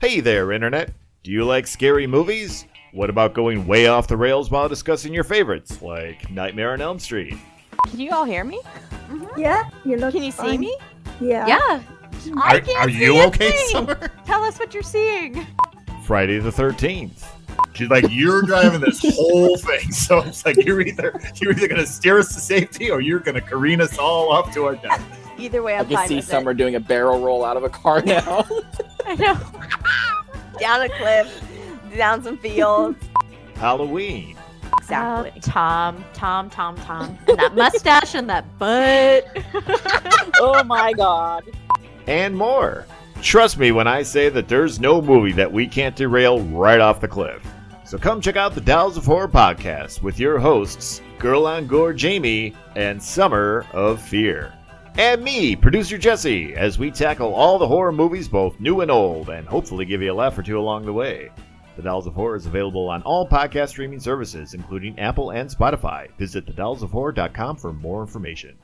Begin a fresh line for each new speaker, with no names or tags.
Hey there, Internet! Do you like scary movies? What about going way off the rails while discussing your favorites, like Nightmare on Elm Street?
Can you all hear me?
Yeah, you look.
Can you see
fine.
me?
Yeah.
Yeah. I
Are,
can't
are
see
you
a
okay,
thing.
Summer?
Tell us what you're seeing.
Friday the 13th.
She's like, you're driving this whole thing. So it's like you're either you're either gonna steer us to safety or you're gonna careen us all off to our death.
Either way,
I
I'm
can
fine
see
with
Summer doing a barrel roll out of a car now.
it. I know. down a cliff, down some fields.
Halloween.
Exactly. Uh, Tom, Tom, Tom, Tom, and that mustache and that butt.
oh my god.
and more. Trust me when I say that there's no movie that we can't derail right off the cliff. So come check out the Dolls of Horror podcast with your hosts, Girl on Gore Jamie and Summer of Fear. And me, producer Jesse, as we tackle all the horror movies, both new and old, and hopefully give you a laugh or two along the way. The Dolls of Horror is available on all podcast streaming services, including Apple and Spotify. Visit thedollsofhorror.com for more information.